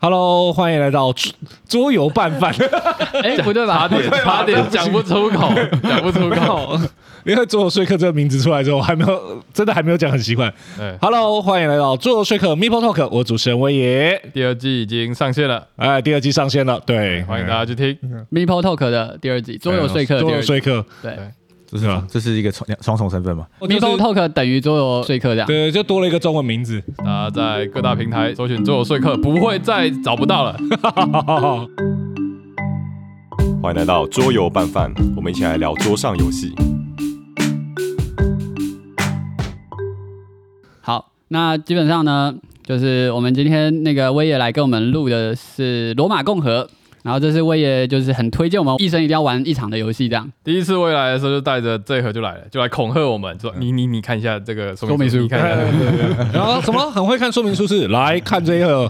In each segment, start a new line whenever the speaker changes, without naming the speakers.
Hello，欢迎来到桌桌游拌饭。
哎，不对吧？
差点
差点讲不出口， 讲不出口。
因为桌游说客这个名字出来之后，我还没有真的还没有讲很习惯。
对，
Hello，欢迎来到桌游说客 Meeple Talk，我主持人威爷。
第二季已经上线了，
哎，第二季上线了，对，
欢迎大家去听。
Meeple Talk 的第二集，桌游说客的
哎桌
第
游
二集。
说客，
对
这是
是吧
这是一个双双重身份嘛？
就是
，Meeple Talk 等于桌游说客这样。
对，就多了一个中文名 字。
大家在各大平台搜寻“桌游说客”，不会再找不到了。
欢迎来到桌游拌饭，我们一起来聊桌上游戏。
好，那基本上呢，就是我们今天那个威爷来跟我们录的是《罗马共和》，然后这是威爷就是很推荐我们一生一定要玩一场的游戏，这样。
第一次未来的时候，就带着这一盒就来了，就来恐吓我们，说你你你看一下这个嗯说明书，你看一 下。
然后什么很会看说明书是来看这一个，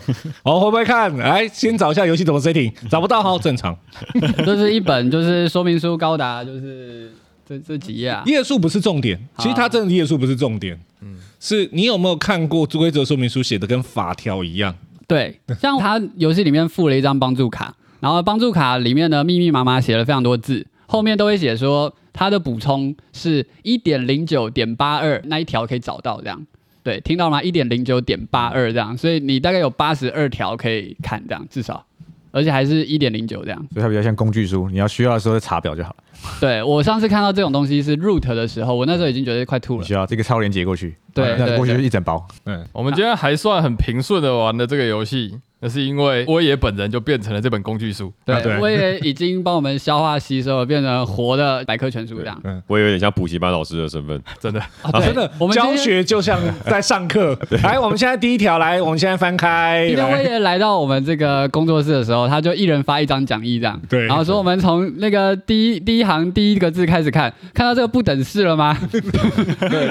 哦，会不会看？来，先找一下游戏怎么 setting，找不到好正常。
这是一本就是说明书高达就是这这几页啊。
页数不是重点，其实它真的页数不是重点，
嗯
是你有没有看过规则说明书写的跟法条一样？
对，像他游戏里面附了一张帮助卡，然后帮助卡里面呢密密麻麻写了非常多字，后面都会写说它的补充是一点零九点八二那一条可以找到这样。对，听到了吗？一点零九点八二这样，所以你大概有八十二条可以看这样，至少，而且还是一点零九这样。
所以它比较像工具书，你要需要的时候再查表就好了。
对我上次看到这种东西是 root 的时候，我那时候已经觉得快吐
你
了。
需要这个超连接过去，
对
啊那
对
过去
对
就是一整包。
嗯，
我们今天还算很平顺的玩的这个游戏，那是因为威爷本人就变成了这本工具书。
啊对
对，我也已经帮我们消化吸收了，变成活的百科全书这样。
嗯我有点像补习班老师的身份，
真的，
啊，对
啊真的
我，们今
教
天
学就像在上 课。来，我们现在第一条，来，我们现在翻开，
今天威
来
爷来到我们这个工作室的时候，他就一人发一张讲义这样，
对
然后说我们从那个第一第一行第一个字开始看，看到这个不等式 了吗？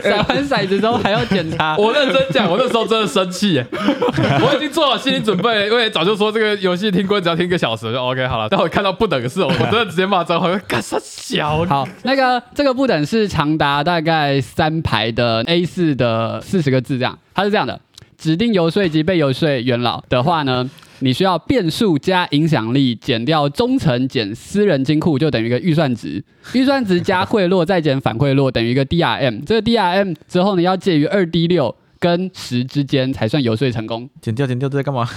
甩完骰子之后还要检查，
我认真讲，我那时候真的生气耶， 我已经做好心理准备，因为早就说这个游戏听歌只要听一个小时，我就 OK 好了。但我看到不等式，我真的直接骂脏话，我说干啥小？
好，那个这个不等式长达大概三排的 A 4的四十个字，这样，它是这样的：指定游说及被游说元老的话呢，你需要变数加影响力减掉忠诚减私人金库，就等于一个预算值，预算值加贿赂再减反贿赂等于一个 DRM，这个 DRM 之后呢，要介于二 D 六。跟十之间才算游说成功，
剪掉剪掉，这在干嘛？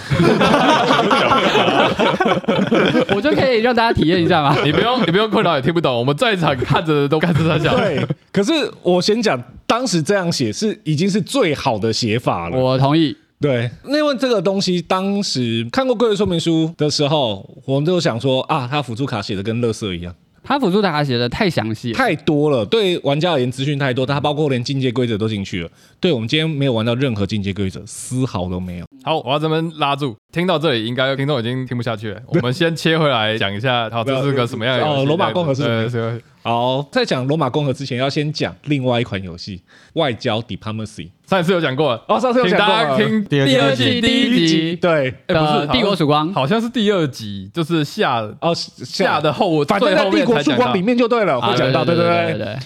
我就可以让大家体验一下嘛。
你不用，你不用困扰，也听不懂。我们在场看着的都干啥小？
对，可是我先讲，当时这样写是已经是最好的写法了。
我同意，
对，那因为这个东西，当时看过规则说明书的时候，我们就想说啊，它辅助卡写的跟垃圾一样，
他辅助大家写的太详细了，
太多了，对玩家而言资讯太多，它包括连进阶规则都进去了。对我们今天没有玩到任何进阶规则，丝毫都没有。
好，我要这边拉住。听到这里，应该听众已经听不下去了。我们先切回来讲一下，好，这是个什么样的游戏
哦罗马共和是什么
对什么？
好，在讲罗马共和之前，要先讲另外一款游戏《外交 Diplomacy》。
上一次有讲过了，
哦，上次有
请
讲过
大家
了
听
第二季
第二季第一集。
集
对，
哎不是
的
好
《
像
呃帝国曙光》
好像是第二集，就是下
哦，
下
下
的后，
反正
最
在
后
帝
面
国
才
曙
讲
光
到
里。面就对了，
啊
会讲到，对
对
对
对
对。
对。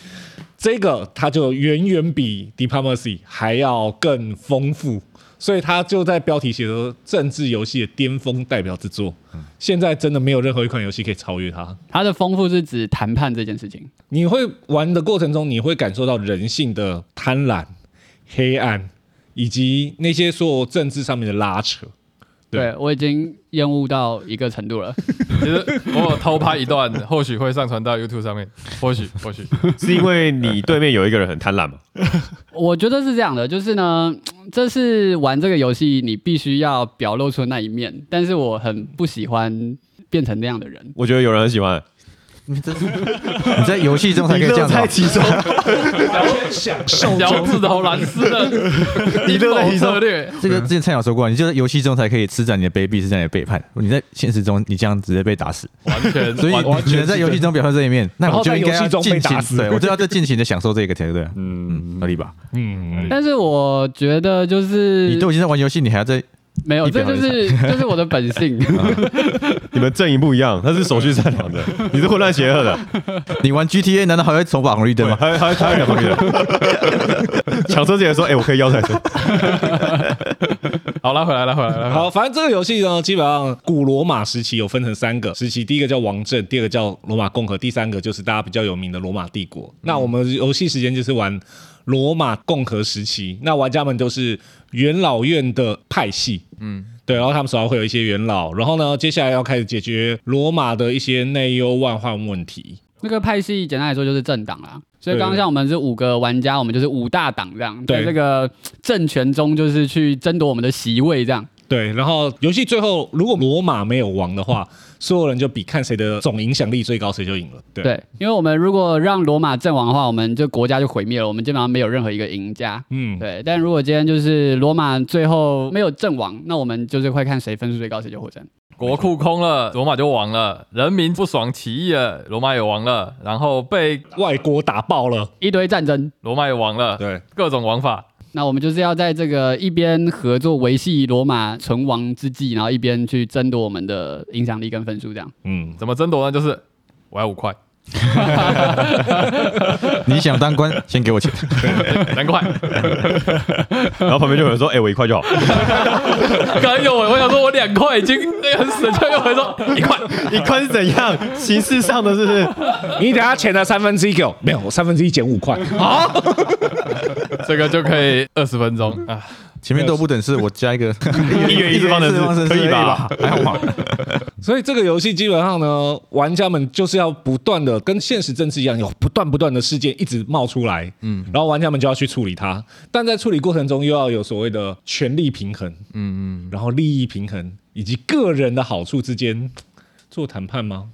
这个它就远远比 Diplomacy 还要更丰富，所以它就在标题写说政治游戏的巅峰代表之作。现在真的没有任何一款游戏可以超越它。
它的丰富是指谈判这件事情，
你会玩的过程中，你会感受到人性的贪婪、黑暗，以及那些所有政治上面的拉扯。对
对我已经厌恶到一个程度了。
其实我有偷拍一 段，或许会上传到 YouTube 上面，或许或许。
是因为你对面有一个人很贪婪嘛？
我觉得是这样的，就是呢，这是玩这个游戏你必须要表露出那一面，但是我很不喜欢变成那样的人。
我觉得有人很喜欢，
你这你在游戏中才可以这样子哦。
其中，
享受
脚趾头蓝丝 的阴谋策略，
这个之前蔡鸟说过，你就在游戏中才可以施展你的卑鄙，施展你的背叛。你在现实中，你这样直接被打死。
完全
所以
完
你只能在游戏中表现这一面，那
然后
我就
在
应该
游戏
要
中被
尽
打
情，
死
对我就要在尽情的享受这个才对啊。嗯，合理吧？
嗯，
但是我觉得就是
你都已经在玩游戏，你还要在
没有，
一
这
表
就
人
是就是我的本性。
你们阵营不一样，他是手续善良的，你是混乱邪恶的，
你玩 GTA 难道还会手把红绿灯吗？
他他他两 个人抢车之前说，哎，我可以要赛车，
好拉回来，拉回来，拉回 来。
好，反正这个游戏呢，基本上古罗马时期有分成三个时期，第一个叫王政，第二个叫罗马共和，第三个就是大家比较有名的罗马帝国。那我们游戏时间就是玩罗马共和时期，那玩家们都是元老院的派系，嗯。对，然后他们手上会有一些元老，然后呢，接下来要开始解决罗马的一些内忧外患问题。
那个派系简单来说就是政党啦。所以刚刚像我们是五个玩家，我们就是五大党这样，
对
在这个政权中就是去争夺我们的席位这样。
对，然后游戏最后如果罗马没有王的话， 所有人就比看谁的总影响力最高，谁就赢了。对，
对，因为我们如果让罗马阵亡的话，我们就国家就毁灭了，我们基本上没有任何一个赢家。
嗯，
对，但如果今天就是罗马最后没有阵亡，那我们就是会看谁分数最高，谁就获胜。
国库空了，罗马就亡了，人民不爽起义了，罗马也亡了，然后被
外国打爆了。
一堆战争，
罗马也亡了，
对，
各种亡法。
那我们就是要在这个一边合作维系罗马存亡之际，然后一边去争夺我们的影响力跟分数，这样。
嗯，
怎么争夺呢？就是我要五 块，
你想当 官，先给我钱。
两 块，
然后旁边就有人说：“哎、我一块就好，
刚刚有我，我想说我两块已经那个很死，就有人 说一块，
一块是怎样？形式上的是不是？
你等下钱的三分之一给我， 没有，我三分之一减五块。
这个就可以二十分钟啊。
前面都不等式，我加一个
一元一次方程式可以吧？
还好吧？
所以这个游戏基本上呢，玩家们就是要不断的跟现实政治一样，有不断不断的事件一直冒出来，嗯，然后玩家们就要去处理它，但在处理过程中又要有所谓的权力平衡，嗯嗯，然后利益平衡以及个人的好处之间做谈判吗？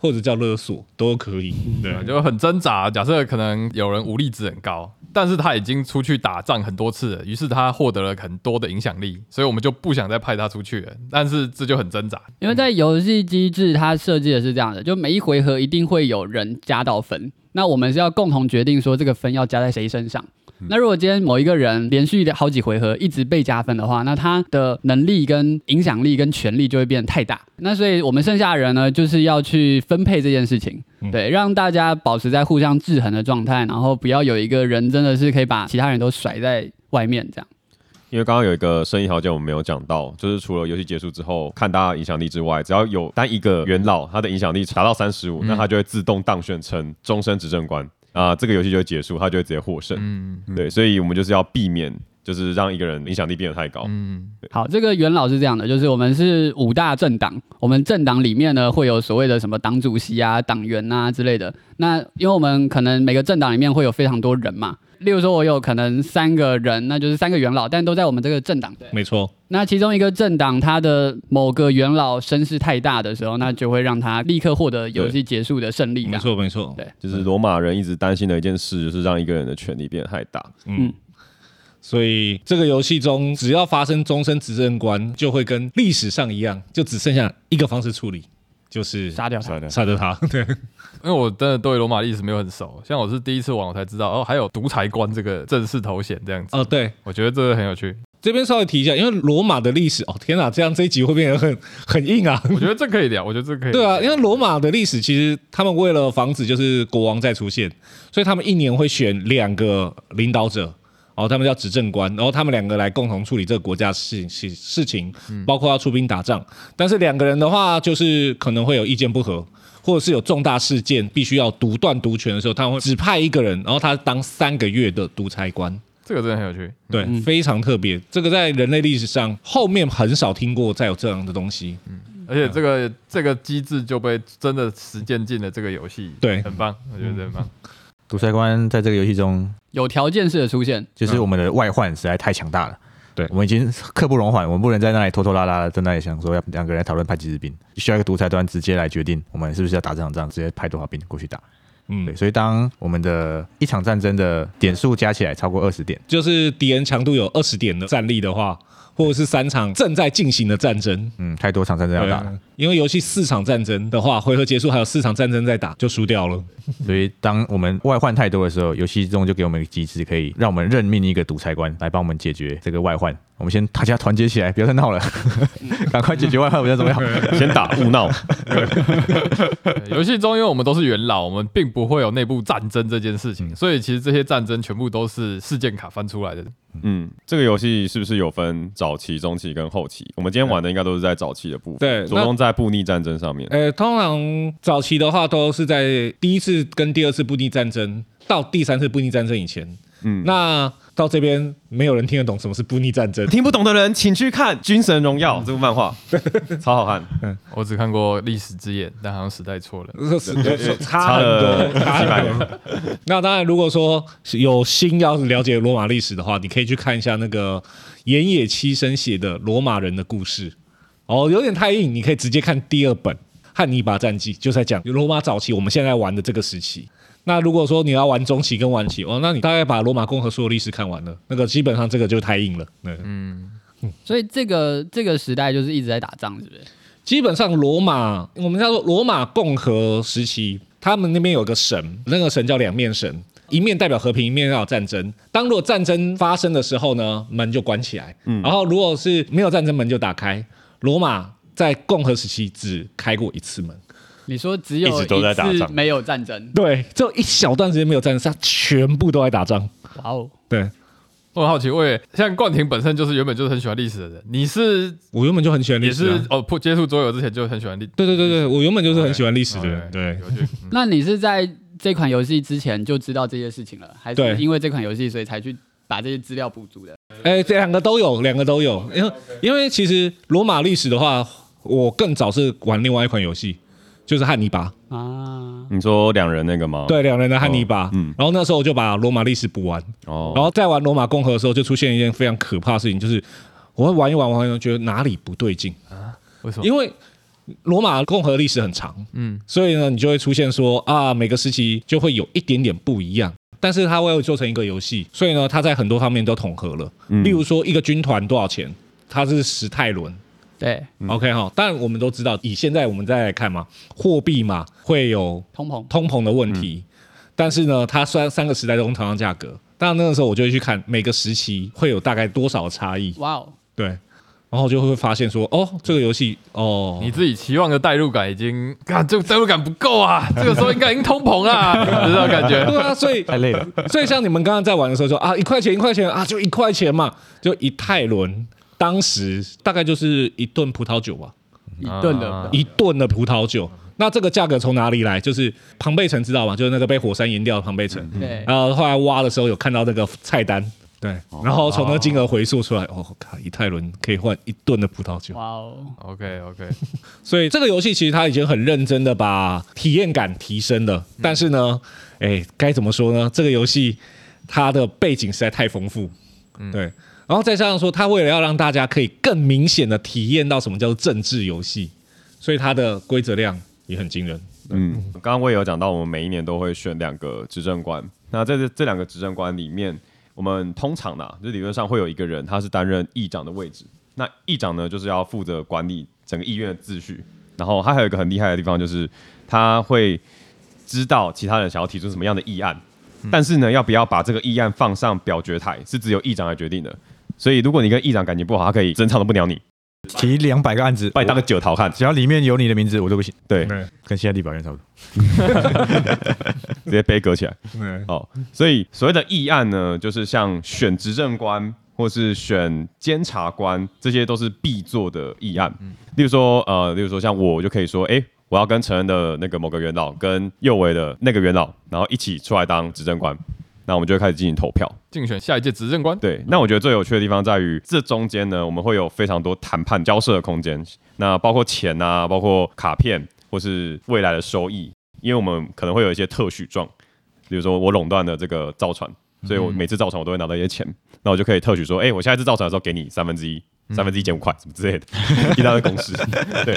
或者叫勒索都可以，对，啊
就很挣扎。假设可能有人武力值很高，但是他已经出去打仗很多次了，于是他获得了很多的影响力，所以我们就不想再派他出去了。但是这就很挣扎，
因为在游戏机制它设计的是这样的，就每一回合一定会有人加到分，那我们是要共同决定说这个分要加在谁身上。那如果今天某一个人连续的好几回合一直被加分的话，那他的能力跟影响力跟权力就会变得太大。那所以我们剩下的人呢，就是要去分配这件事情，对，让大家保持在互相制衡的状态，然后不要有一个人真的是可以把其他人都甩在外面这样。
因为刚刚有一个生意条件我们没有讲到，就是除了游戏结束之后看大家影响力之外，只要有单一个元老他的影响力达到三十
嗯
五，那他就会自动当选成终身执政官啊、这个游戏就会结束，他就会直接获胜。
嗯
对，所以我们就是要避免，就是让一个人影响力变得太高。
嗯，
好，这个元老是这样的，就是我们是五大政党，我们政党里面呢会有所谓的什么党主席啊、党员啊之类的。那因为我们可能每个政党里面会有非常多人嘛，例如说我有可能三个人，那就是三个元老，但都在我们这个政党。
没错，
那其中一个政党他的某个元老声势太大的时候，那就会让他立刻获得游戏结束的胜利
没
感。
错，没错
对，
就是罗马人一直担心的一件事，就是让一个人的权力变得太大。
嗯。所以这个游戏中，只要发生终身执政官，就会跟历史上一样，就只剩下一个方式处理，就是
杀掉他。
杀掉他。对，
因为我真的对罗马历史没有很熟，像我是第一次玩，我才知道哦，还有独裁官这个正式头衔这样子，
哦，对，
我觉得这个很有趣。
这边稍微提一下，因为罗马的历史，哦天哪，这样这一集会变得很很硬啊。
我觉得这可以聊，我觉得这可以。
对啊，因为罗马的历史其实他们为了防止就是国王再出现，所以他们一年会选两个领导者，哦，他们叫执政官，然后他们两个来共同处理这个国家事事事情，
嗯
包括要出兵打仗。但是两个人的话，就是可能会有意见不合，或者是有重大事件必须要独断独权的时候，他们会只派一个人，然后他当三个月的独裁官。
这个真的很有趣。
对，非常特别。这个在人类历史上后面很少听过再有这样的东西。
而且这个这个机制就被真的实践进了这个游戏，
对
很棒，我觉得很棒。
独裁官在这个游戏中，
有条件式的出现，
就是我们的外患实在太强大了。
对
我们已经刻不容缓，我们不能在那里拖拖拉拉的，在那里想说要两个人讨论派几支兵，需要一个独裁端直接来决定我们是不是要打这场仗，直接派多少兵过去打。
嗯
对，，所以当我们的一场战争的点数加起来超过二十点，
就是敌人强度有二十点的战力的话，或者是三场正在进行的战争，
嗯，太多场战争要打了
对，啊因为游戏四场战争的话，回合结束还有四场战争在打，就输掉了。
所以当我们外患太多的时候，游戏中就给我们一个机制，可以让我们任命一个独裁官来帮我们解决这个外患。我们先大家团结起来，不要再闹了， 赶快解决外患比较重要。
先打勿闹，
对游戏中，因为我们都是元老，我们并不会有内部战争这件事
嗯
情，所以其实这些战争全部都是事件卡翻出来的。
嗯，这个游戏是不是有分早期、中期跟后期？我们今天玩的应该都是在早期的部分，
对
着重在布逆战争上面。
呃，通常早期的话都是在第一次跟第二次布匿战争到第三次布匿战争以前，
嗯，
那到这边没有人听得懂什么是布匿战争。
听不懂的人请去看《军神荣耀》这部漫画，超好看，
我只看过《历史之眼》，但好像时代错了。
差很
了
多，差很多。那当然，如果说有心要了解罗马历史的话，你可以去看一下那个岩野七生写的《罗马人的故事》。哦，有点太硬，你可以直接看第二本《汉尼拔战记》，就在讲罗马早期，我们现在玩的这个时期。那如果说你要玩中期跟晚期，哦，那你大概把罗马共和所有历史看完了，那个基本上这个就太硬了。嗯。
所以这个这个时代就是一直在打仗，是不是？
基本上罗马，我们叫做罗马共和时期，他们那边有个神，那个神叫两面神，一面代表和平，一面代表战争。当如果战争发生的时候呢，门就关起来，然后如果是没有战争，门就打开。罗马在共和时期只开过一次门，
你说只
一
有
直都在打仗
一次没有战争，
对，只有一小段时间没有战争，它全部都在打仗。
哇哦！
对
我很好奇，喂，像冠廷本身就是原本就是很喜欢历史的人，你是
我原本就很喜欢历
也
史
是
啊、
哦，不接触桌游之前就很喜欢历
对对对对，我原本就是很喜欢历史的人。对，
有 趣嗯
那你是在这款游戏之前就知道这些事情了，还
对
是因为这款游戏所以才去把这些资料补足的？
哎，这两个都有，两个都有。因为因为其实罗马历史的话，我更早是玩另外一款游戏，就是汉尼拔。
啊，
你说两人那个吗？，
对，两人的汉尼拔。
哦嗯
然后那时候我就把罗马历史补完，
哦，
然后在玩罗马共和的时候，就出现一件非常可怕的事情，就是我玩一玩玩一玩，觉得哪里不对劲，
啊为什么？
因为。罗马共和历史很长，
嗯，
所以呢，你就会出现说啊，每个时期就会有一点点不一样，但是它会做成一个游戏，所以呢，它在很多方面都统合了。
嗯
例如说，一个军团多少钱？它是十泰伦，
对，
嗯
OK 哈，但我们都知道，以现在我们再来看嘛，货币嘛会有
通膨
通膨的问题，但是呢，它虽然三个时代都同样价格，但那个时候我就会去看每个时期会有大概多少差异，
哇哦，
对，然后就会发现说，哦，这个游戏哦，
你自己期望的代入感已经，看这个代入感不够啊，这个时候应该已经通膨啦， 这种感觉。
对啊，所以
太累了，
所以像你们刚刚在玩的时候说啊，一块钱一块钱啊，就一块钱嘛，就一泰伦，当时大概就是一顿葡萄酒吧，
一顿
啊
的，
一吨的葡萄酒。那这个价格从哪里来？就是庞贝城知道吗？就是那个被火山淹掉的庞贝城。
对，
然后后来挖的时候有看到那个菜单，对，然后从那个金额回溯出来，哦，靠，一泰伦可以换一吨的葡萄酒。
哇哦，
OK OK，
所以这个游戏其实它已经很认真的把体验感提升了，但是呢，哎，该怎么说呢？这个游戏它的背景实在太丰富，对。然后再加上说，它为了要让大家可以更明显的体验到什么叫做政治游戏，所以它的规则量也很惊人。
嗯，刚刚我也有讲到，我们每一年都会选两个执政官。那在这这两个执政官里面，我们通常呢、就理论上会有一个人，他是担任议长的位置。那议长呢，就是要负责管理整个议院的秩序。然后他还有一个很厉害的地方，就是他会知道其他人想要提出什么样的议案，但是呢，要不要把这个议案放上表决台，是只有议长来决定的。所以，如果你跟议长感情不好，他可以整场都不鸟你，
提两百个案子，
把你当个酒桃看。
只要里面有你的名字，我都不行，
对，
跟现在立法院差不多。
直接杯隔起来。
对，
哦，所以所谓的议案呢，就是像选执政官或是选监察官，这些都是必做的议案。例如说，呃，例如说像我我就可以说，诶，我要跟陈恩的那个某个元老，跟右维的那个元老，然后一起出来当执政官，那我们就会开始进行投票。
竞选下一届执政官。
对，那我觉得最有趣的地方在于，这中间呢，我们会有非常多谈判交涉的空间。那包括钱啊，包括卡片，或是未来的收益，因为我们可能会有一些特许状，比如说我垄断了这个造船，所以我每次造船我都会拿到一些钱，那我就可以特许说，哎、我下一次造船的时候给你三分之一。三分之一减五块，什么之类的， 一大堆公式。对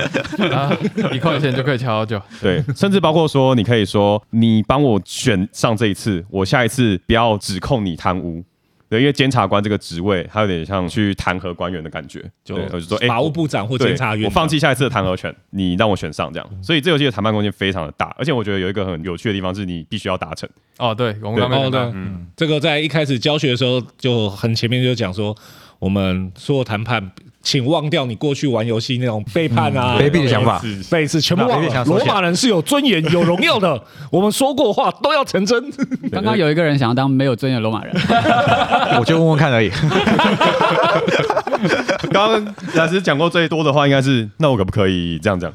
啊，一块钱就可以瞧好久。
对， 甚至包括说，你可以说，你帮我选上这一次，我下一次不要指控你贪污，对，因为监察官这个职位，他有点像去弹劾官员的感觉，
就
对我就说，哎、
法务部长或
对
监察院，
我放弃下一次的弹劾权，你让我选上
嗯
这样。所以这游戏的谈判空间非常的大，而且我觉得有一个很有趣的地方是你必须要达成。
哦，对，我们刚
哦，
刚
对，这个在一开始教学的时候就很前面就讲说，我们所有谈判，请忘掉你过去玩游戏那种背叛啊、
嗯卑鄙的想法，
背刺，全部忘
卑鄙
了。
想说
罗马人是有尊严、有荣耀的，我们说过的话都要成真。
刚刚有一个人想要当没有尊严的罗马 人，
我就问问看而 已。
刚刚老师讲过最多的话应该是，那我可不可以这样讲？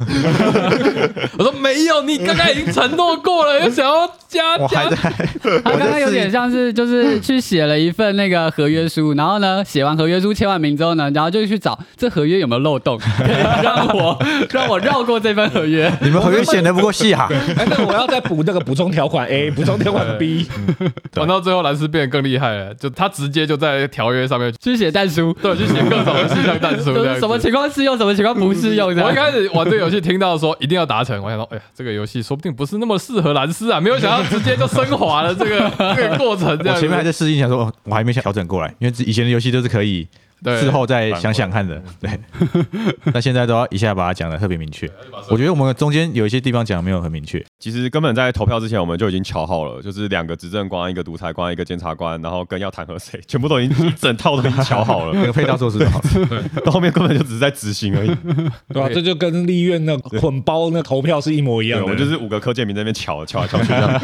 我说没有，你刚刚已经承诺过了，又想要加
我还
加，
在，
他刚刚有点像是就是去写了一份那个合约书，然后呢写完合约书签完名之后呢，然后就去找这合约有没有漏洞， 可以让我 让我绕过这份合约。
你们合约显得不够细啊哈。
哎，那我要再补那个补充条款 A，补充条款 B，
玩到最后，蓝斯变得更厉害了，就他直接就在条约上面去
去写蛋书，
对去写各种的事项弹出，
就
这样子
是什么情况适用，什么情况不适用这
我一
样。
开始玩这个游戏，听到说一定要达成，我想说，哎呀，这个游戏说不定不是那么适合蓝斯啊，没有想到直接就升华了这个这个过程。这
我
样子
前面还在适应，想说哦我还没调整过来，因为以前的游戏都是可以
对
事后再想想看的，对。 但现在都要一下把它讲的特别明确。我觉得我们中间有一些地方讲得没有很明确，
其实根本在投票之前，我们就已经瞧好了，就是两个执政官、一个独裁官、一个检察官，然后跟要弹劾谁，全部都已经一整套都已经瞧好
那
了，
个配套措施都好了。
到后面根本就只是在执行而已。
对吧？这就跟立院那捆包那投票是一模一
对，
样
我
的。
们就是五个柯建明在那边瞧瞧来瞧去这样。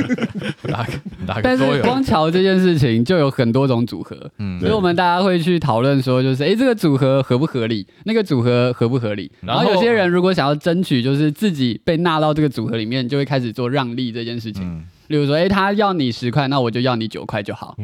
打个打个
但
桌
是
游，
光桥这件事情就有很多种组合，
嗯
所以我们大家会去讨论说，就是哎、诶这个组合合不合理，那个组合合不合理。
然
然
后
后有些人如果想要争取，就是自己被纳到这个组合里面，就会开始做让利这件事情。
嗯
例如说，哎、他要你十块，那我就要你九块就好。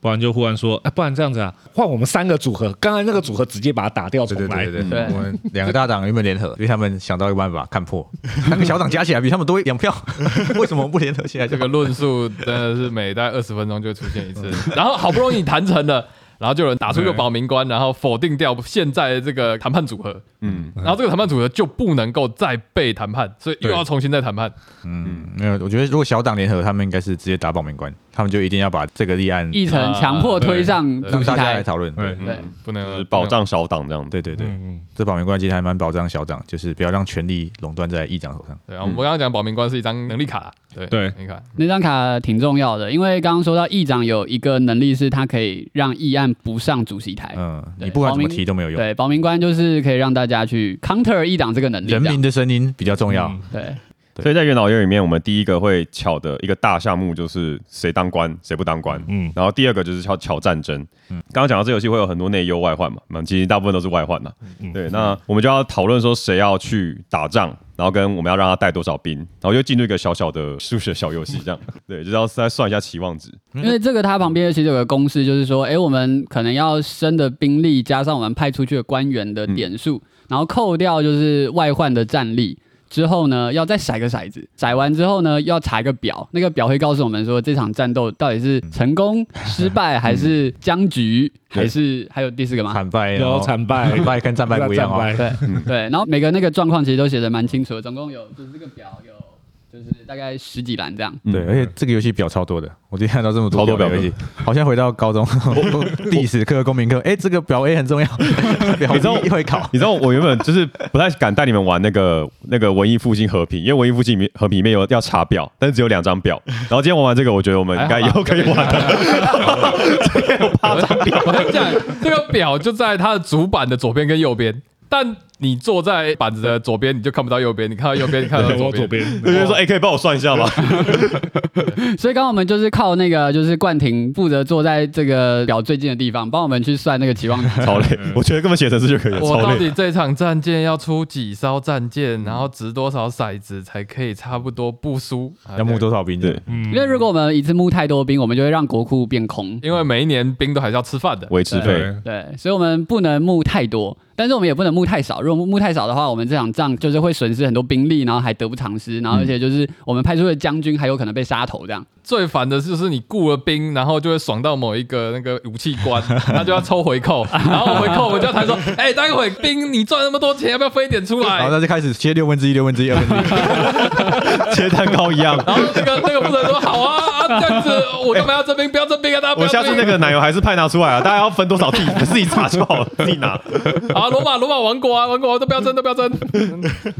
不然就忽然说，哎，不然这样子啊，换我们三个组合，刚才那个组合直接把它打掉重
对
来
对。
对
对对，我们两个大党原本联合，因为他们想到一个办法看破，三个小党加起来比他们多两票， 为什么不联合起来？
这个论述真的是每大概二十分钟就会出现一次， 然后好不容易谈成了。然后就有人打出一个保民官，然后否定掉现在这个谈判组合，
嗯，
然后这个谈判组合就不能够再被谈判，所以又
对
要重新再谈判。
嗯，没有，我觉得如果小党联合，他们应该是直接打保民官，他们就一定要把这个立案
议程强迫推上
对
主席
大家来
台，
讨论。对
嗯
对
不
就
能
是保障小党这样。
对对对，
嗯，
这保民官其实还蛮保障小党，就是不要让权力垄断在议长手上。
对啊，我们刚刚讲保民官是一张能力卡，对
对
能力卡，
那张卡挺重要的，因为刚刚说到议长有一个能力是他可以让议案不上主席台。
嗯，
对
你不管怎么
保民
提都没有用。
对，保民官就是可以让大家去 counter 议长这个能力这
人
样。
民的声音比较重
嗯
要。
对，
所以在元老院里面，我们第一个会巧的一个大项目就是谁当官，谁不当官。
嗯
嗯，然后第二个就是巧巧战争。嗯，刚刚讲到这游戏会有很多内忧外患嘛，那其实大部分都是外患呐。
嗯
对，那我们就要讨论说谁要去打仗，然后跟我们要让他带多少兵，然后就进入一个小小的数学小游戏这样。对，就是要再算一下期望值。
因为这个它旁边其实有个公式，就是说，哎，我们可能要生的兵力加上我们派出去的官员的点数，然后扣掉就是外患的战力。之后呢，要再骰个骰子，骰完之后呢，要查一个表，那个表会告诉我们说这场战斗到底是成功、失败，还是僵局，还是还有第四个吗？
惨败，然
然后
后
惨败，
惨败跟战 败不一样
战
哦。
败
对对，然后每个那个状况其实都写的蛮清楚的，总共有就是这个表有就是大概十几栏这样。
嗯
对，而且这个游戏表超多的，我今天看到这么多
超多
表
表
游戏，好像回到高中历史课、公民课，哎，这个表 A 很重要，表
知道
B 会考。
你知道我原本就是不太敢带你们玩那个那个文艺复兴和平，因为文艺复兴里面和平里面有要查表，但是只有两张表。然后今天玩完这个，我觉得我们应该以后可以玩的。
我跟你讲，这个表就在它的主板的左边跟右边，但你坐在板子的左边，你就看不到右边；你看到右边，你看不到
对呃我
左
左
边。
边，
我就说，哎、可以帮我算一下 吗？
所以刚刚我们就是靠那个，就是冠廷负责坐在这个表最近的地方，帮我们去算那个期望值。
超累，
嗯
我觉得根本写程式就可以了，
我
超
到
累。
底这场战舰要出几艘战舰，然后值多少骰子才可以差不多不输？啊
要募，多少兵？
对，
嗯
因为如果我们一次募太多兵，我们就会让国库变空。
因为每一年兵都还是要吃饭的。
维持费，
对
对，所以我们不能募太多，但是我们也不能募太少。如果募太少的话，我们这场仗就是会损失很多兵力，然后还得不偿失，然后而且就是我们派出的将军还有可能被杀头这样。
最烦的就是你雇了兵，然后就会爽到某一个那个武器官，他就要抽回扣，然后回扣我们就要谈说，哎、待会兵你赚那么多钱，要不要分一点出来
然后？他就开始切六分之一、六分之一、二分之一。
切蛋糕一样。
然后那个那个不能说好啊啊啊，这样子我干嘛要征兵？不要征兵啊！大家不
我
要征
下
兵
次那个奶油还是派拿出来啊，大家要分多少地，自己查就好了，自己拿。
啊，罗马罗马王国啊，王国都不要争，都不要争。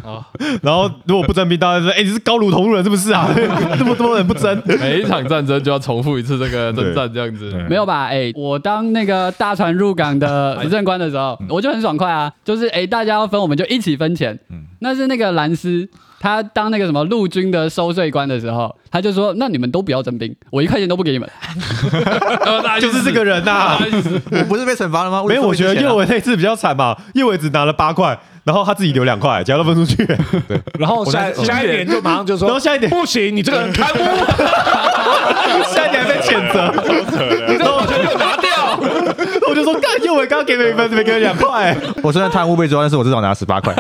啊，
然后如果不征兵，大家就说：“哎、你是高卢同路人是不是啊？ 这么多人不征。
每一场战争就要重复一次这个征战，这样子。
没有吧？哎、我当那个大船入港的执政官的时候，我就很爽快啊，就是哎、大家要分，我们就一起分钱。那是那个兰斯，他当那个什么陆军的收税官的时候，他就说，那你们都不要征兵，我一块钱都不给你们。
呃，大家
就是这个人
大
啊呐、
家意思
我不是被惩罚了吗？
没有，我觉得
因
叶
为
伟那次比较惨吧，叶伟只拿了八块，然后他自己留两块，其他都分出去。
然后下下一年就马上就说，
然后下一年
不行，你这个人贪污，
下一年还被谴责，
你这我全部拿掉。
我就说：“干，叶伟刚刚给你一分，怎么给你两块
我虽然贪污被抓，但是我至少拿十八块。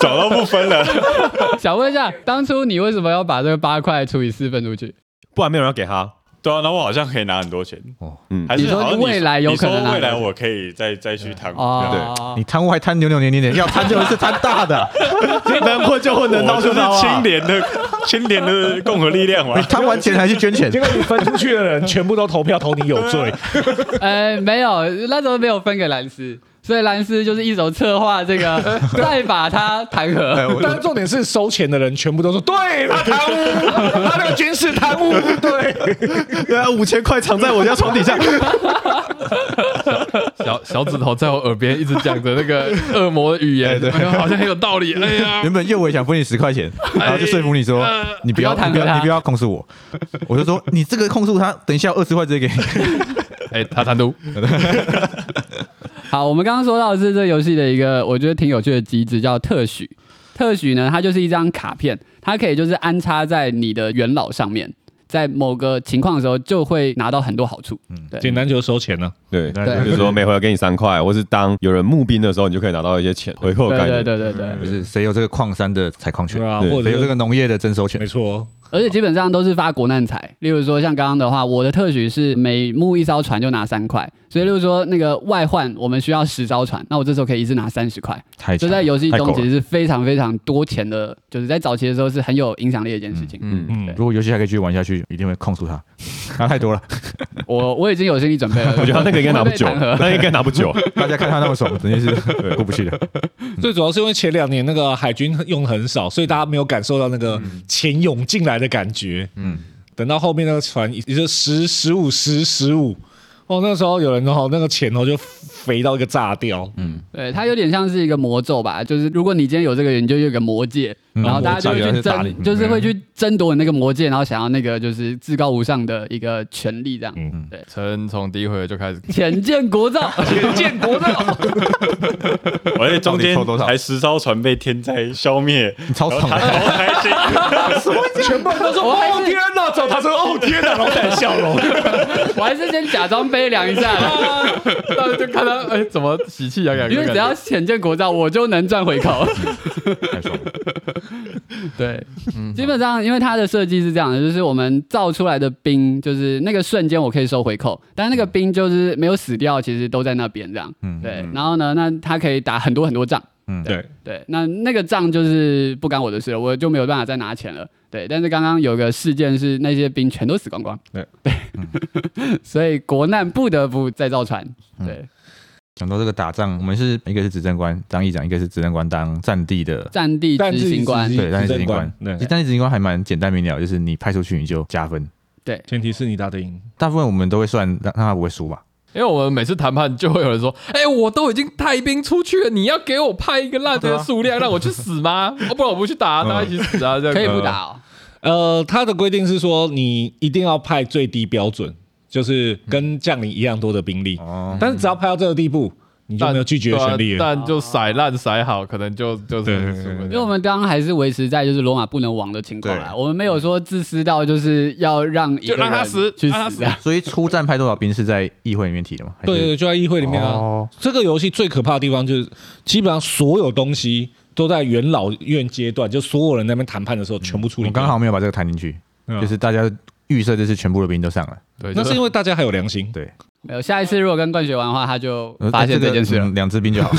找到不分了，
想问一下，当初你为什么要把这个八块除以四分出去？？”
不然没有人要给他。
对啊，那我好像可以拿很多钱，
嗯
还是
你说
好像
未来有可能
你说未
拿
来
多
我可以再再去啊谈。
哦，
你贪污还贪扭扭捏捏的，要贪就是贪大的。
能混就混，能
我
闹
就
就是闹
清
啊！
廉的清廉的共和力量嘛
你。贪完钱还去捐 钱
结，果你分出去的人全部都投票投你有罪，
呃，没有，那时候没有分给兰斯，所以兰斯就是一手策划这个，再把他弹劾。
但是重点是收钱的人全部都说对他贪 污，他那个军事贪污，对，
对啊，五千块藏在我家床底下，
小小指头在我耳边一直讲着 那个恶魔的语言，哎呦好像很有道理。哎呀，
原本又我也想分你十块钱，然后就说服你说
哎
你不要
不要
你不
弹劾他
要你不要控诉我，我就说你这个控诉他，等一下二十块直接给你。
哎，他单独
好，我们刚刚说到的是这游戏的一个我觉得挺有趣的机制，叫特许。特许呢，它就是一张卡片，它可以就是安插在你的元老上面，在某个情况的时候就会拿到很多好处。
嗯
对
简单就是收钱呢，
对，
对
比如说每回合给你三块，或是当有人募兵的时候，你就可以拿到一些钱回扣的
对
概
对
念。
对对对，
就是谁有这个矿山的采矿权
对，啊，
对
或者
谁有这个
是
农业的征收
没
权，
错，哦
而且基本上都是发国难财，例如说像刚刚的话，我的特许是每募一艘船就拿三块，所以例如说那个外换我们需要十艘船，那我这时候可以一次拿三十块，
太
这
强
在游戏
哎太
中
够
其
了
实是非常非常多钱的，就是在早期的时候是很有影响力的一件事情。
嗯，
嗯，
如果游戏还可以继续玩下去，一定会控诉他，拿太多了。
我我已经有心理准备了，
我觉得他那个应该拿不久，
会被弹劾
那应该拿不久。
大家看他那么爽，肯定是过不去的。
最主要是因为前两年那个海军用很少，所以大家没有感受到那个钱涌进来的感觉。嗯，等到后面那个船也就十、十五、十、十五，哦，那时候有人哦，那个钱哦就肥到一个炸掉。嗯，
对，它有点像是一个魔咒吧，就是如果你今天有这个，你就有个魔戒，
嗯
然后大家就会去
魔戒打
争，
你
就是会去争夺你那个魔戒，然后想要那个就是至高无上的一个权利这样。
嗯
陈从第一回合就开始，
浅见国 造，浅见国造。
我在中
到底
间
抽多少
还十艘船被天灾消灭，
你超
然
爽
后他
的，
好开心。
全部人都说
我还
哎
哦
是
天哪，走，他说哦 天哪，然后在笑容。
我还是先假装悲凉一下 啦，
然后就看他哎怎么喜气洋洋的感觉，
因为只要浅见国造，我就能赚回扣。
太爽了。
对，
嗯
基本上因为它的设计是这样的，就是我们造出来的兵，就是那个瞬间我可以收回扣，但那个兵就是没有死掉，其实都在那边这样。
嗯
对，然后呢，那他可以打很多很多仗。
对，
对，那那个账就是不干我的事了，我就没有办法再拿钱了。对，但是刚刚有个事件是那些兵全都死光光。
对
对， 所以国难不得不再造船。
嗯
对，
讲到这个打仗，我们是一个是执政官当议长，一个是执政官当战地的。
战地
但
执行官。
对
但
但
是
是
执
执
行
行
官
官，
对
其实，战地执行官还蛮简单明了，就是你派出去你就加分。
前提是你打得赢。
大部分我们都会算让让他不会输吧，
因为我们每次谈判就会有人说：“哎、我都已经派兵出去了，你要给我派一个烂
啊
的数量让我去 死吗？哦，不然我不去打，大家一起
嗯
死啊！”这样
可以不打哦，
呃，他的规定是说你一定要派最低标准，就是跟将领一样多的兵力，但是只要派到这个地步，你就
但
没有拒绝的权利了。
啊但但就甩烂甩好，可能就就是输了
对
因为我们刚刚还是维持在就是罗马不能亡的情况啦，我们没有说自私到就是要让一
就
个
让他
人
死
去
让他
死啊。
所以出战派多少兵是在议会里面提的吗？还是
对对，对就在议会里面啊。
哦
这个游戏最可怕的地方就是，基本上所有东西都在元老院阶段，就所有人在那边谈判的时候全部处
我
理。
刚，好没有把这个谈进去，就是大家预设这次全部的兵都上了，
对，
那
就是是
因为大家还有良心。
对，
没有，下一次如果跟冠学玩的话，他就
呃
发现
个
这件事了。
嗯两支 兵就好。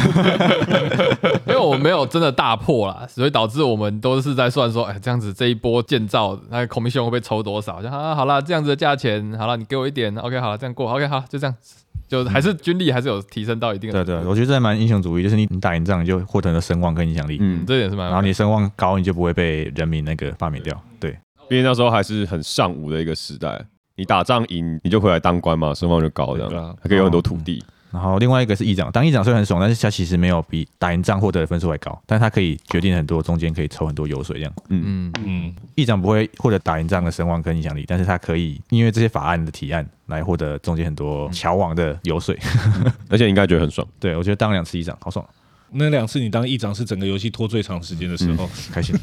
因为我 没有真的大破啦，所以导致我们都是在算说，哎，这样子这一波建造那个 commission 会不会抽多少？就啊，好啦，这样子的价钱，好啦，你给我一点，OK，好了，这样过，OK，好，就这样，就还是军力还是有提升到一定的，
对对，我觉得这还蛮英雄主义，就是你你打赢仗，你就获得了声望跟影响力，
嗯，
这点是蛮
然后你声望高，你就不会被人民那个罢免掉。对，
毕竟那时候还是很尚武的一个时代。你打仗赢，你就回来当官嘛，声望就高，这
对
样
啊
还可以有很多土地。
然后另外一个是议长，当议长虽然很爽，但是他其实没有比打赢仗获得的分数还高，但他可以决定很多，中间可以抽很多油水这样。
嗯，
嗯，
议长不会获得打赢仗的声望跟影响力，但是他可以因为这些法案的提案来获得中间很
嗯
多桥网的油水。
而且你应该觉得很爽。
对我觉得当两次议长好爽，
那两次你当议长是整个游戏拖最长时间的时候，
开心。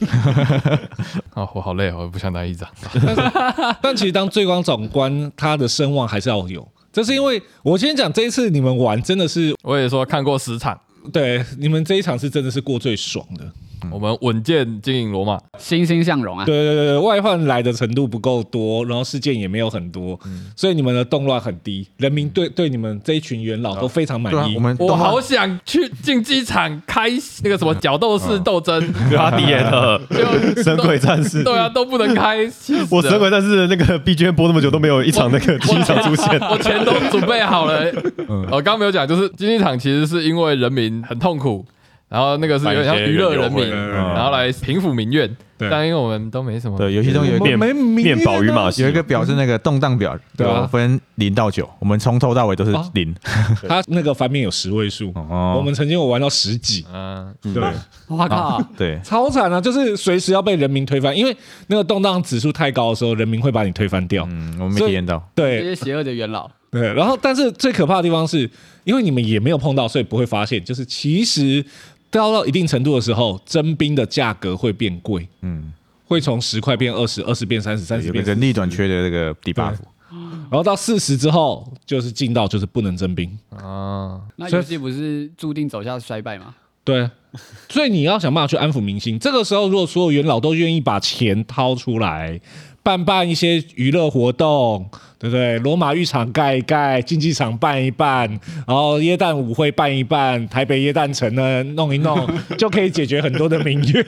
哦，我好累哦，我不想当议长，
啊但其实当最高长官，他的声望还是要有。这是因为我先讲这一次你们玩真的是
我也说看过十场，
对你们这一场是真的是过最爽的，
嗯
我们稳健经营罗马，
欣欣向荣啊！
对对对对，外患来的程度不够多，然后事件也没有很多，
嗯
所以你们的动乱很低，人民对对你们这一群元老都非常满
对啊，
意。
我们
我
动画
好想去竞技场开那个什么角斗士斗争，
拉迪耶 特，
就
嗯神鬼战 士，
对啊，都不能开，气死
我
了
神鬼战士那个 B G M 播那么久都没有一场那个 第一场 出现。
我钱都准备好了、我刚刚没有讲，就是经济场其实是因为人民很痛苦，然后那个是有点像娱乐人民，然后来平抚民怨。
对
但因为我们都没什么，
对游戏中有一个
面
没明
面
面啊
保与马戏
有一个表是那个动荡表，
对啊
有分零到九，我们从头到尾都是零。
他那个反面有十位数，
哦
我们曾经有玩到十几，
嗯、
对，
我靠，
对，
超惨啊！就是随时要被人民推翻，因为那个动荡指数太高的时候，人民会把你推翻掉。
嗯，我们没
所以
体验到。
这
对
些邪恶的元老，
对，然后但是最可怕的地方是，因为你们也没有碰到，所以不会发现，就是其实到到一定程度的时候，征兵的价格会变贵，
嗯，
会从十块变二十，二十变三十，三十
有个
变40
人力短缺的这个 debuff，
然后到四十之后，就是进到就是不能征兵。
啊，
那
所以
游戏不是注定走下衰败吗？
对，所以你要想办法去安抚民心。这个时候，如果所有元老都愿意把钱掏出来，办办一些娱乐活动，对不对？罗马浴场盖一盖，竞技场办一办，然后耶诞舞会办一办，台北耶诞城呢弄一弄，就可以解决很多的民怨。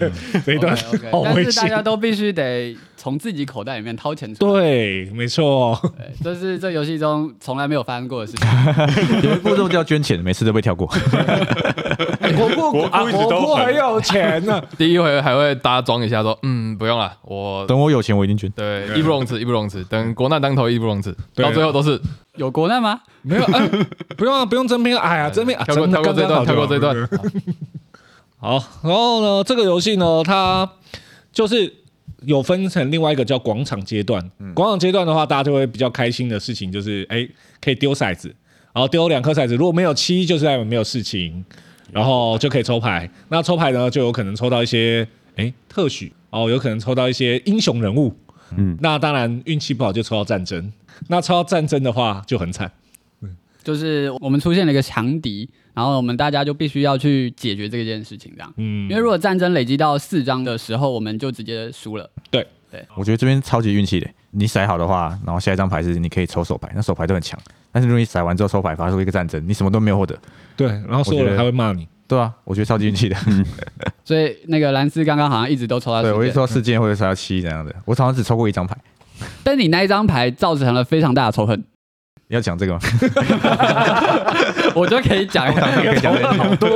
这
哦
一段
OK，OK，
哎好危
但是大家
险。
都必须得从自己口袋里面掏钱出来。
对，没错，
对，这是这游戏中从来没有发生过的事情。
有一步骤叫捐钱，每次都被跳过。
国库
国库
啊
一直
国
都
库
很
很有钱啊呢、
第一回还会搭装一下说，嗯，不用了，我
等我有钱，我一定捐。
对义不容辞，义不容辞，等国难当头义不容辞，
对
到最后都是
有国难吗？
没有，哎，不用啊，不用征兵啊，哎呀，征兵啊，
跳过
真的
跳
刚刚好
过这段，
就
跳过这
好
段，
好，然后呢，这个游戏呢，它就是有分成另外一个叫广场阶段。
嗯
广场阶段的话，大家就会比较开心的事情就是，哎，可以丢骰子，然后丢两颗骰子，如果没有七，就是代表没有事情，然后就可以抽牌。那抽牌呢，就有可能抽到一些哎特许哦，有可能抽到一些英雄人物。嗯
嗯，
那当然运气不好就抽到战争，那抽到战争的话就很惨。
就是我们出现了一个强敌，然后我们大家就必须要去解决这件事情，这样。
嗯
因为如果战争累积到四张的时候，我们就直接输了。
我觉得这边超级运气的，你甩好的话，然后下一张牌是你可以抽手牌，那手牌都很强。但是如果你甩完之后抽牌发出一个战争，你什么都没有获得，
对，然后所有
我觉
人
得
还会骂你。
对啊，我觉得超级运气的。
所以那个兰斯刚刚好像一直都
啊
抽到
对，我
事
就
件，
抽四件或者抽到七这样的，我好像只抽过一张牌。
但你那一张牌造成了非常大的仇恨，
你要讲这 个吗？
我觉得可以讲一下。
可以讲这个。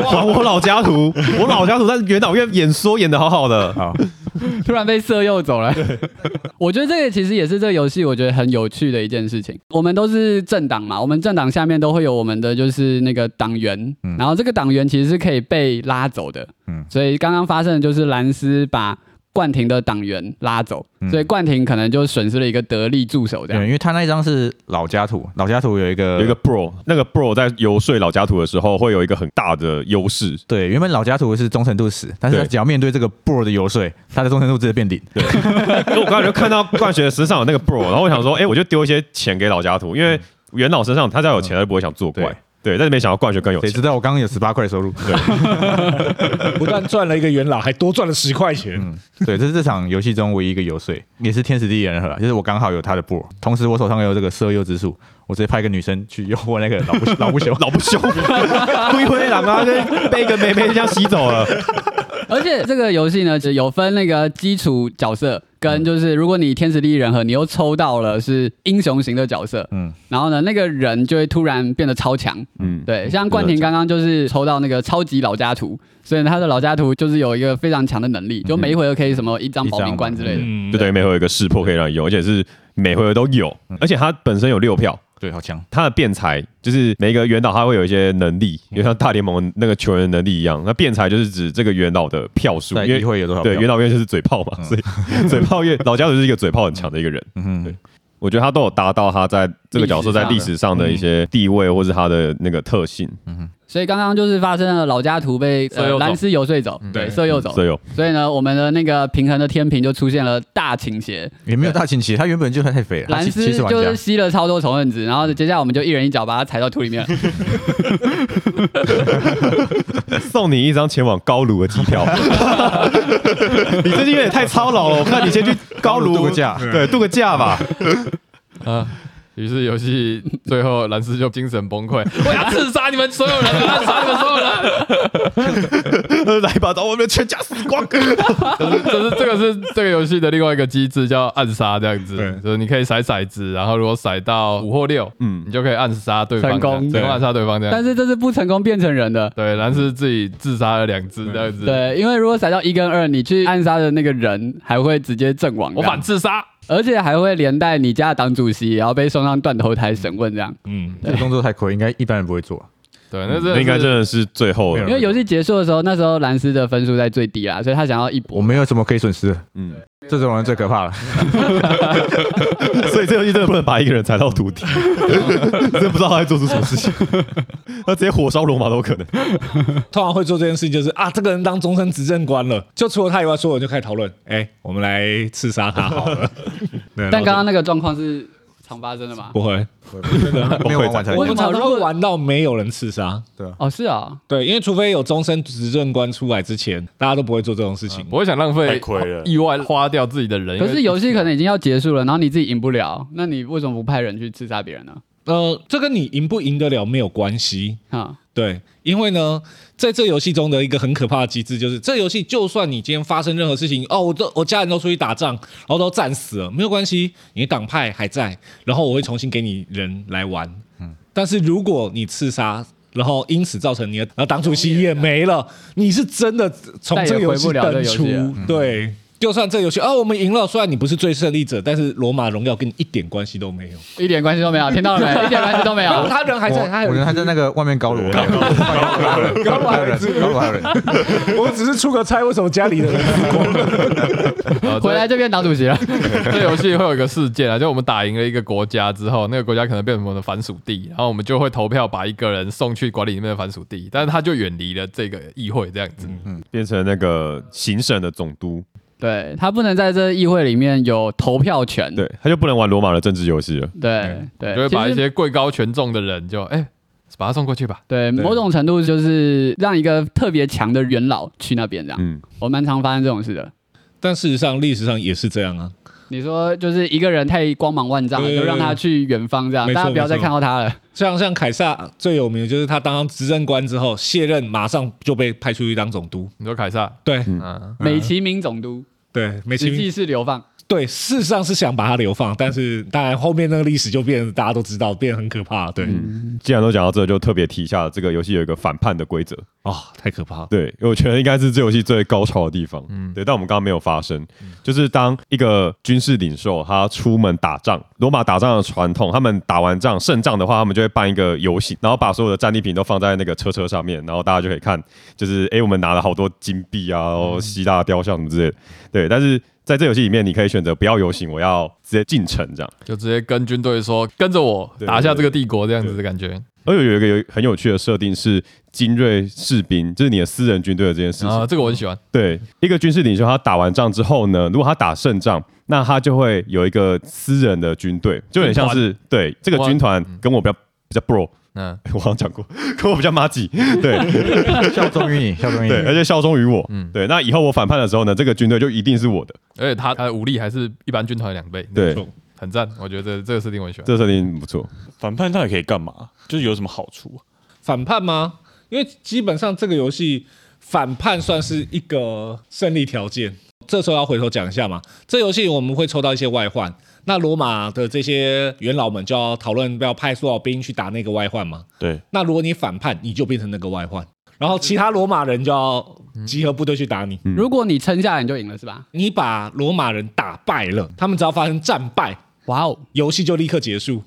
还我老家 图，我老家图在元老院演说演的好好的，
好，
突然被色诱走了。 我觉得这个其实也是这个游戏我觉得很有趣的一件事情。我们都是政党嘛，我们政党下面都会有我们的就是那个党员，
嗯
然后这个党员其实是可以被拉走的。
嗯
所以刚刚发生的就是兰斯把。冠廷的党员拉走，
嗯
所以冠廷可能就损失了一个得力助手，这
对，
样
因为他那一张是老家图，老家图有一个
有一个 bro，那个 bro 在游说老家图的时候会有一个很大的优势，
对，原本老家图是忠诚度十，但是他
对
只要面对这个 bro 的游说，他的忠诚度直接变零。
因为我刚才就看到冠学身上有那个 bro，然后我想说，哎、我就丢一些钱给老家图，因为元老身上他只要有钱，他就不会想作怪。
对
嗯对，但是没想到冠学更有
谁
钱
知，道我刚刚有十八块的收入？
不但赚了一个元老，还多赚了十块钱。
对，这是这场游戏中唯一一个游说，也是天时地利人和啊，就是我刚好有他的 bro，同时我手上也有这个色诱之术，我我直接派一个女生去诱惑那个 老不老不朽，
老不凶，故意灰狼啊，就被一个妹妹这样吸走了。
而且这个游戏呢，只有分那个基础角色，
嗯
跟就是如果你天时地利人和，你又抽到了是英雄型的角色，
嗯，
然后呢，那个人就会突然变得超强。
嗯，
对，像冠廷刚刚就是抽到那个超级老家图，所以他的老家图就是有一个非常强的能力，就每一回都可以什么一张保命关之类的。
嗯
就，等于每回有一个识破可以让你用，而且是每回都有，而且它本身有六票。
对，好强，
它的辩才就是每一个元导他会有一些能力，就像大联盟那个球员的能力一样。那辩才就是指这个元导的票数，
在
因
议
为
会有多少票？
对元导院就是嘴炮嘛，所以 嘴炮院老家就是一个嘴炮很强的一个人。
嗯哼，
我觉得他都有达到他在这个角色在历史上的一些地位，或是他的那个特性。
所以刚刚就是发生了老家图被
色诱走
呃
嗯
蓝斯游说走，对，色诱走
所。以 有
所以呢，我们的那个平衡的天平就出现了大倾斜，
也没有大清奇，他原本就太肥了，他
蓝
其
斯
其实玩
就是
家
吸了超多仇恨值，然后接下来我们就一人一脚把它踩到土里面。
送你一张前往高卢的机票。 你最近有点太操劳了，我看你先去高
高
卢
卢度个假
对，度个假吧。
啊。于是游戏最后蓝斯就精神崩溃， 我要刺杀你们所有人，我要刺杀你们所有人。
来吧，把我们全家死 光。
这是这是这个是这个游戏的另外一个机制叫暗杀这样子
对，
就是你可以骰骰子，然后如果骰到五或六，
嗯
你就可以暗杀对方，
成功
对
这样成功暗杀对方这样
但。是这是不成功变成人的。
对，蓝斯自己自杀了两只这样子。，
对，因为如果甩到一跟二，你去暗杀的那个人还会直接阵亡，
我反，自杀。
而且还会连带你家的党主席也要被送上断头台审问这样。
嗯，
这个动作太亏，应该一般人不会做。
对，那
嗯那
这
应该真的是最后了
没
因。为游戏结束的时候，那时候蓝斯的分数在最低啦，所以他想要一
我
搏。
没有什么可以损失的，
嗯，
这种人最可怕了。
所以这游戏真的不能把一个人踩到土 底，真的不知道他在做出什么事情， 他直接火烧罗马都有可能。
通常会做这件事情就是啊，这个人当终身执政官了，就除了他以外，所有人就开始讨论，哎、我们来刺杀他好 了。对
但
然
刚
后
刚那个状况是常发生的嘛
就？不会，
没有玩完才
我
通常都会玩到没有人刺杀。
哦，是啊、
对，因为除非有终身执政官出来之前，大家都不会做这种事情。
我会想浪费
太亏了
意外花掉自己的人。
可
因
是
为
游戏可能已经要结束了，然后你自己赢不了，那你为什么不派人去刺杀别人呢？
呃，这跟你赢不赢得了没有关系。
啊、
对，因为呢，在这游戏中的一个很可怕的机制就是，这游戏就算你今天发生任何事情，哦，我都我家人都出去打仗，然后都战死了，没有关系，你党派还在，然后我会重新给你人来玩。嗯，但是如果你刺杀，然后因此造成你的，然后党主席也没了，你是真的从
啊再也
这个游
回不
戏
了这嗯
登
游戏
出
了。
对，就算这游戏哦，我们赢了，虽然你不是最胜利者，但是罗马荣耀跟你一点关系都没有。
一点关系都没有，听到了没？一点关系都没有。
他人还在，他还
我
有
我
一
人还在那个外面高炉， 高炉还有人，高炉还有人，高炉还有人，
我只是出个差，为什么家里的人
呃
回来就变党主席了。
这游戏会有一个事件啊，就我们打赢了一个国家之后，那个国家可能变成我们的反属地，然后我们就会投票把一个人送去管理里面的反属地，但是他就远离了这个议会这样子。
变成那个行省的总督，
对他不能在这议会里面有投票权。
对，他就不能玩罗马的政治游戏了。
对对，
就会把
其
一
实
些贵高权重的人就哎、把他送过去吧。
对某种程度就是让一个特别强的元老去那边这样，
嗯，
我蛮常发生这种事的。
但事实上，历史上也是这样啊。
你说就是一个人太光芒万丈了，
对
就让他去远方这样，
没错
大家不要再看到他了。
像像凯撒最有名的就是他当上执政官之后卸任，马上就被派出去当总督。
你说凯撒，
对
嗯，
美其名总督，
对，没
实
清
际是流放。
对，事实上是想把他流放，但是当然后面那个历史就变大家都知道，变得很可怕。对，
嗯
既然都讲到这，就特别提一下这个游戏有一个反叛的规则。
哦，太可怕了。
对，因为我觉得应该是这游戏最高潮的地方。嗯，对，但我们刚刚没有发生，就是当一个军事领袖他出门打仗，罗马打仗的传统，他们打完仗胜仗的话，他们就会办一个游行，然后把所有的战利品都放在那个车车上面，然后大家就可以看，就是诶，我们拿了好多金币啊，然后希腊雕像什么之类的。对，但是在这游戏里面，你可以选择不要游行，我要直接进城这样。
就直接跟军队说跟着我
对
打下这个帝国这样子的感觉。
而且有一个有很有趣的设定是精锐士兵，就是你的私人军队的这件事情。
啊，这个我很喜欢。
对，一个军事领袖他打完仗之后呢，如果他打胜仗，那他就会有一个私人的军队，就很像是对这个军团跟我比较比较 bro，
嗯，
我好像讲过，跟我比较妈几，对
效忠于你，效忠于
对，而
你。
且效忠于我，
嗯
对，那以后我反叛的时候呢，这个军队就一定是我的，
而且他他的武力还是一般军团的两倍，
对
没错，
很赞，我觉得这个设定我很喜欢。
这设定不错。
反叛到底可以干嘛？就是有什么好处、啊？
反叛吗？因为基本上这个游戏反叛算是一个胜利条件。这时候要回头讲一下嘛，这游戏我们会抽到一些外患，那罗马的这些元老们就要讨论要派多少兵去打那个外患嘛。
对，
那如果你反叛，你就变成那个外患，然后其他罗马人就要集合部队去打你。
如果你撑下来，你就赢了，是吧？
你把罗马人打败了，他们只要发生战败，
哇哦，
游戏就立刻结束。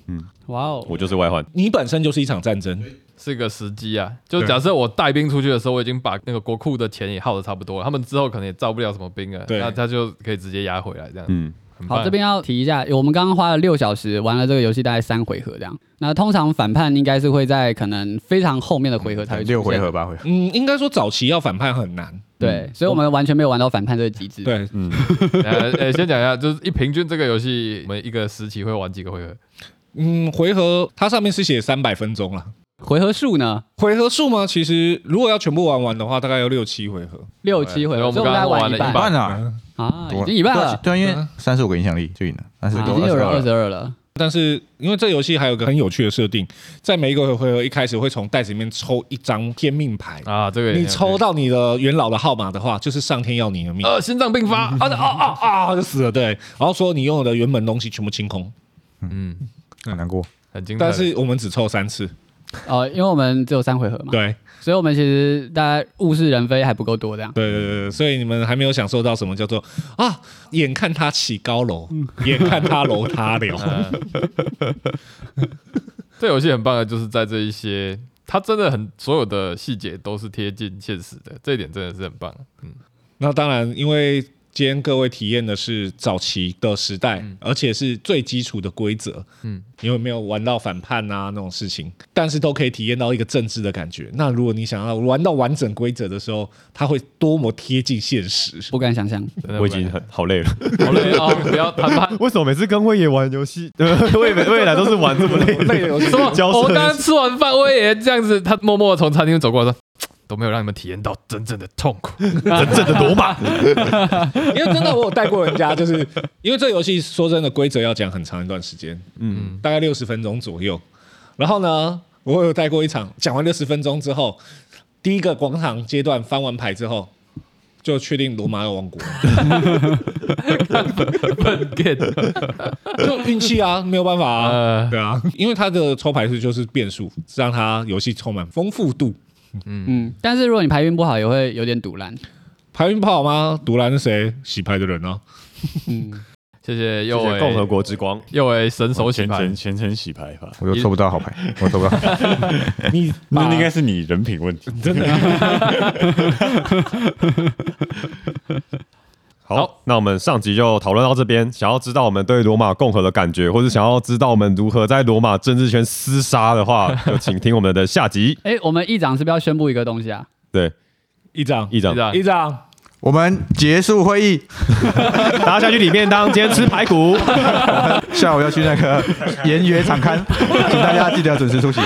哇哦，
我就是外患，
你本身就是一场战争，
是一个时机啊。就假设我带兵出去的时候，我已经把那个国库的钱也耗的差不多了，他们之后可能也造不了什么兵了，
对
那他就可以直接压回来这样。
嗯，
很棒
好，这 边要提一下，我们刚刚花了六小时玩了这个游戏，大概三回合这样。那通常反叛应该是会在可能非常后面的回合才会出现
六回合，八回合。
嗯，应该说早期要反叛很难，
对，所以我们完全没有玩到反叛这个机制。，
嗯对，
呃，呃先讲一下，就是一平均这个游戏，我们一个时期会玩几个回合？
嗯，回合它上面是写三百分钟啦。
回合数呢？
回合数吗？其实如果要全部玩完的话，大概要六七回合。
六七回合，
所以我们
所以大概
刚刚玩
玩
了
一半
一半
半啊，
啊，
多
已经一半
对啊
了，
对啊，因
嗯
为三十五个影响力就赢了，但是
啊
都
已经有人二
二
十二了。
但是因为这游戏还有个很有趣的设定，在每一个回合一开始会从袋子里面抽一张天命牌，
啊，这个也
你抽到你的元老的号码的话，就是上天要你的命，
呃心脏病发啊，哦哦哦，
啊就死了。对，然后说你拥有的原本东西全部清空，
嗯，
很难过。
很精彩。
但是我们只抽三次。
哦，因为我们只有三回合嘛，
对，
所以我们其实大家物是人非还不够多这样。
对对对对，所以你们还没有享受到什么叫做啊，眼看他起高楼，
嗯
眼看他楼塌 了。
这游戏很棒的就是在这一些，它真的很所有的细节都是贴近现实的，这一点真的是很棒。嗯，
那当然，因为今天各位体验的是早期的时代，而且是最基础的规则，
嗯
嗯，因为没有玩到反叛啊那种事情，但是都可以体验到一个政治的感觉。那如果你想要玩到完整规则的时候，它会多么贴近现实？
不敢想象，
真的
我
不
已经
敢
很好累了。
好累哦，不要谈判。
为什么每次跟魏野玩游 戏，魏野魏野来都是玩这么累的？
累了有
什么？
交涉
我们刚刚吃完饭，我也这样子，他默默地从餐厅走过来说。都没有让你们体验到真正的痛苦，真正的罗马。
因为真的我有带过人家，就是因为这游戏说真的规则要讲很长一段时间，嗯，大概六十分钟左右。然后呢，我有带过一场，讲完六十分钟之后，第一个广场阶段翻完牌之后，就确定罗马要亡国，
笨 get，
就运气啊，没有办法啊，
呃，
对啊，因为它的抽牌数就是变数，让它游戏充满丰富度。
嗯，但是如果你牌运不好，也会有点堵烂。
牌运不好吗？独蓝是谁？洗牌的人啊，
嗯，
谢谢
谢
右
谢
为
共和国之光，
右为神手洗
全
牌
程，全程洗牌吧。
我又抽不到好牌，我抽不到。
你
那应该是你人品问题，
真的
好
好，那我们上集就讨论到这边。想要知道我们对罗马共和的感觉，或者想要知道我们如何在罗马政治圈厮杀的话，就请听我们的下集。
哎，我们议长是不是要宣布一个东西啊？
对，
一张
议长
是，吧
一张。
我们结束会议，
大家下去里面当，今天吃排骨。
下午要去那个 盐园场刊，请大家记得准时出席。